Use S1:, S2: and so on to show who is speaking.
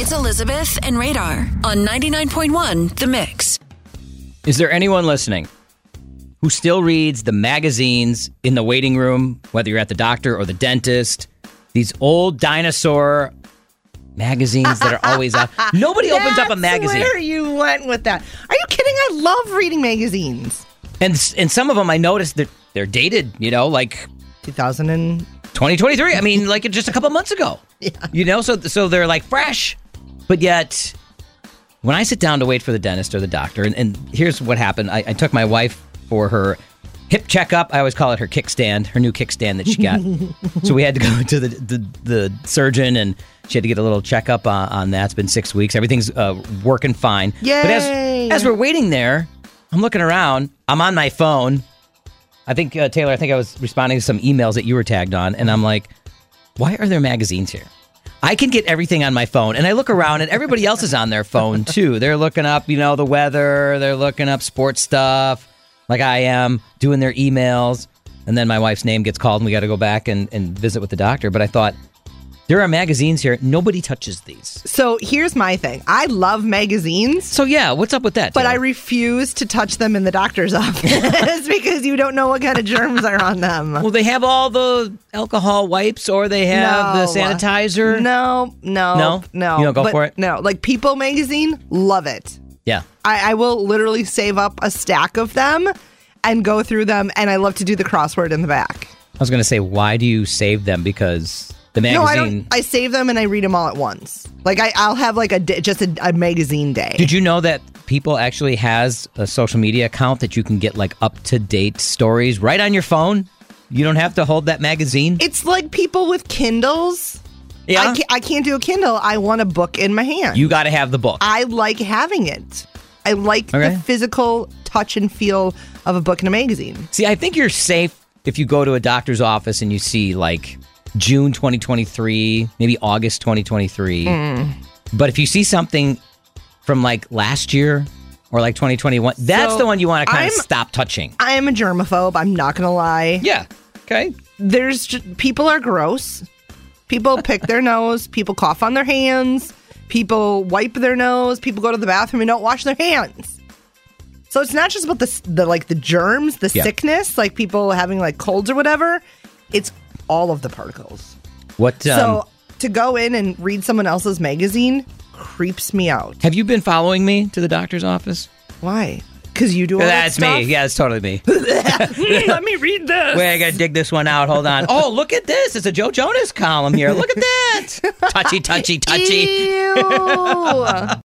S1: It's Elizabeth and Radar on 99.1 The Mix.
S2: Is there anyone listening who still reads the magazines in the waiting room, whether you're at the doctor or the dentist? These old dinosaur magazines that are always out. Nobody opens up a
S3: That's
S2: magazine.
S3: Where you went with that? Are you kidding? I love reading magazines.
S2: And s- and some of them I noticed that they're dated, you know, like
S3: 2000 and
S2: 2023. I mean, like just a couple months ago. Yeah. You know, so so they're like fresh, but yet when I sit down to wait for the dentist or the doctor, and, and here's what happened: I, I took my wife for her hip checkup. I always call it her kickstand, her new kickstand that she got. so we had to go to the the, the surgeon, and she had to get a little checkup on, on that. It's been six weeks. Everything's uh, working fine. But
S3: Yay.
S2: as as we're waiting there, I'm looking around. I'm on my phone. I think uh, Taylor. I think I was responding to some emails that you were tagged on, and I'm like, why are there magazines here? I can get everything on my phone, and I look around, and everybody else is on their phone too. They're looking up, you know, the weather. They're looking up sports stuff, like I am, doing their emails. And then my wife's name gets called, and we got to go back and, and visit with the doctor. But I thought there are magazines here. Nobody touches these.
S3: so here's my thing. I love magazines.
S2: So yeah, what's up with that?
S3: But I
S2: Taylor?
S3: refuse to touch them in the doctor's office because you don't know what kind of germs are on them.
S2: Well, they have all the alcohol wipes, or they have
S3: No. uh,
S2: the sanitizer.
S3: No, no,
S2: No?
S3: no.
S2: You don't go
S3: But
S2: for it?
S3: No, like People magazine, love it.
S2: Yeah.
S3: I, I will literally save up a stack of them and go through them, and I love to do the crossword in the back.
S2: I was going to say, why do you save them? Because the magazine.
S3: No, I don't. I save them and I read them all at once. Like I, I'll have like a di- just a, a magazine day.
S2: Did you know that People actually has a social media account that you can get like up to date stories right on your phone? You don't have to hold that magazine.
S3: it's like people with Kindles.
S2: yeah.
S3: I, can't, I can't do a Kindle. I want a book in my hand.
S2: you got to have the book.
S3: I like having it. I like
S2: Okay.
S3: the physical touch and feel of a book in a magazine.
S2: See, I think you're safe if you go to a doctor's office and you see like June 2023, maybe August 2023.
S3: Mm-hmm.
S2: But if you see something from like last year or like 2021, that's
S3: So,
S2: the one you want to kind
S3: I'm-
S2: of stop touching.
S3: I am a germaphobe. I'm not gonna lie.
S2: yeah. Okay.
S3: There's just, people are gross. People pick their nose. People cough on their hands. People wipe their nose. People go to the bathroom and don't wash their hands. So it's not just about the s- the like the germs, the
S2: Yeah.
S3: sickness, like people having like colds or whatever. It's all of the particles.
S2: What um,
S3: so to go in and read someone else's magazine creeps me out.
S2: have you been following me to the doctor's office?
S3: Why? Because you do all
S2: That's
S3: that
S2: me. Yeah, that's totally me.
S3: stuff? Hmm, Let me read this.
S2: Wait, I gotta dig this one out. Hold on. Oh, look at this. It's a Joe Jonas column here. Look at that. Touchy, touchy, touchy.
S3: Ew.